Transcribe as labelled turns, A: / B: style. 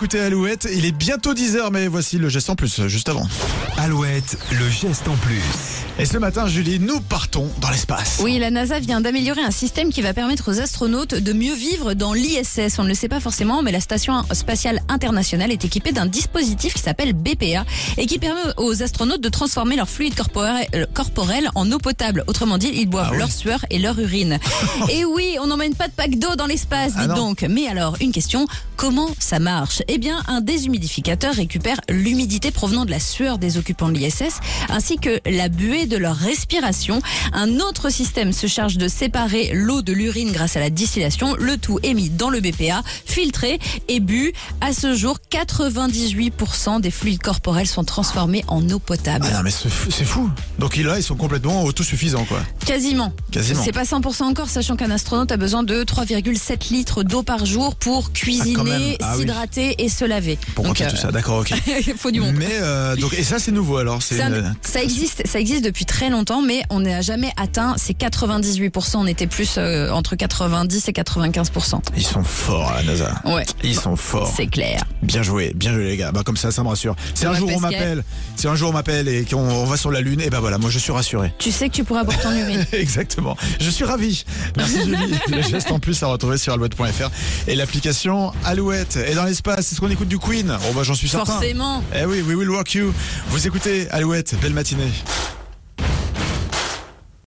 A: Écoutez Alouette, il est bientôt 10h mais voici le geste en plus euh, juste avant.
B: Alouette, le geste en plus.
A: Et ce matin Julie, nous partons dans l'espace.
C: Oui, la NASA vient d'améliorer un système qui va permettre aux astronautes de mieux vivre dans l'ISS. On ne le sait pas forcément, mais la Station spatiale internationale est équipée d'un dispositif qui s'appelle BPA et qui permet aux astronautes de transformer leur fluide corporel, euh, corporel en eau potable. Autrement dit, ils boivent
A: Ah oui.
C: leur sueur et leur urine. et oui, on n'emmène pas de pack d'eau dans l'espace,
A: Ah non.
C: dites donc. Mais alors, une question, comment ça marche Eh bien, un déshumidificateur récupère l'humidité provenant de la sueur des occupants de l'ISS ainsi que la buée de leur respiration. Un autre système se charge de séparer l'eau de l'urine grâce à la distillation. Le tout est mis dans le BPA, filtré et bu. À ce jour, 98% des fluides corporels sont transformés en eau potable.
A: Ah non mais c'est fou, c'est fou. Donc là ils sont complètement autosuffisants quoi.
C: Quasiment.
A: Quasiment.
C: C'est pas 100% encore, sachant qu'un astronaute a besoin de 3,7 litres d'eau par jour
A: Ah,
C: pour
A: quand même.
C: cuisiner,
A: Ah oui.
C: s'hydrater et se laver.
A: Pour
C: Donc,
A: remplir
C: euh,
A: tout ça, d'accord, ok.
C: Il faut du monde.
A: Mais euh, donc et ça c'est nouveau alors, c'est
C: Ça,
A: une- euh,
C: ça existe, ça existe depuis très longtemps, mais on n'a jamais atteint ces 98%. On était plus euh, entre 90 et 95%.
A: ils sont forts à la NASA.
C: Ouais,
A: Ils sont forts.
C: c'est clair.
A: Bien joué, bien joué les gars. Bah comme ça ça me rassure. Si un
C: Thomas
A: jour on
C: Pesquet.
A: m'appelle, si un jour on m'appelle et qu'on on va sur la lune, et ben voilà, moi je suis rassuré.
C: Tu sais que tu pourras boire ton urine.
A: Exactement. Je suis ravi. Merci Julie. Le geste en plus à retrouver sur alouette.fr et l'application Alouette. Et dans l'espace, est-ce qu'on écoute du Queen Oh bah j'en suis certain.
C: Forcément.
A: Eh oui, we will work you. Vous écoutez Alouette, belle matinée.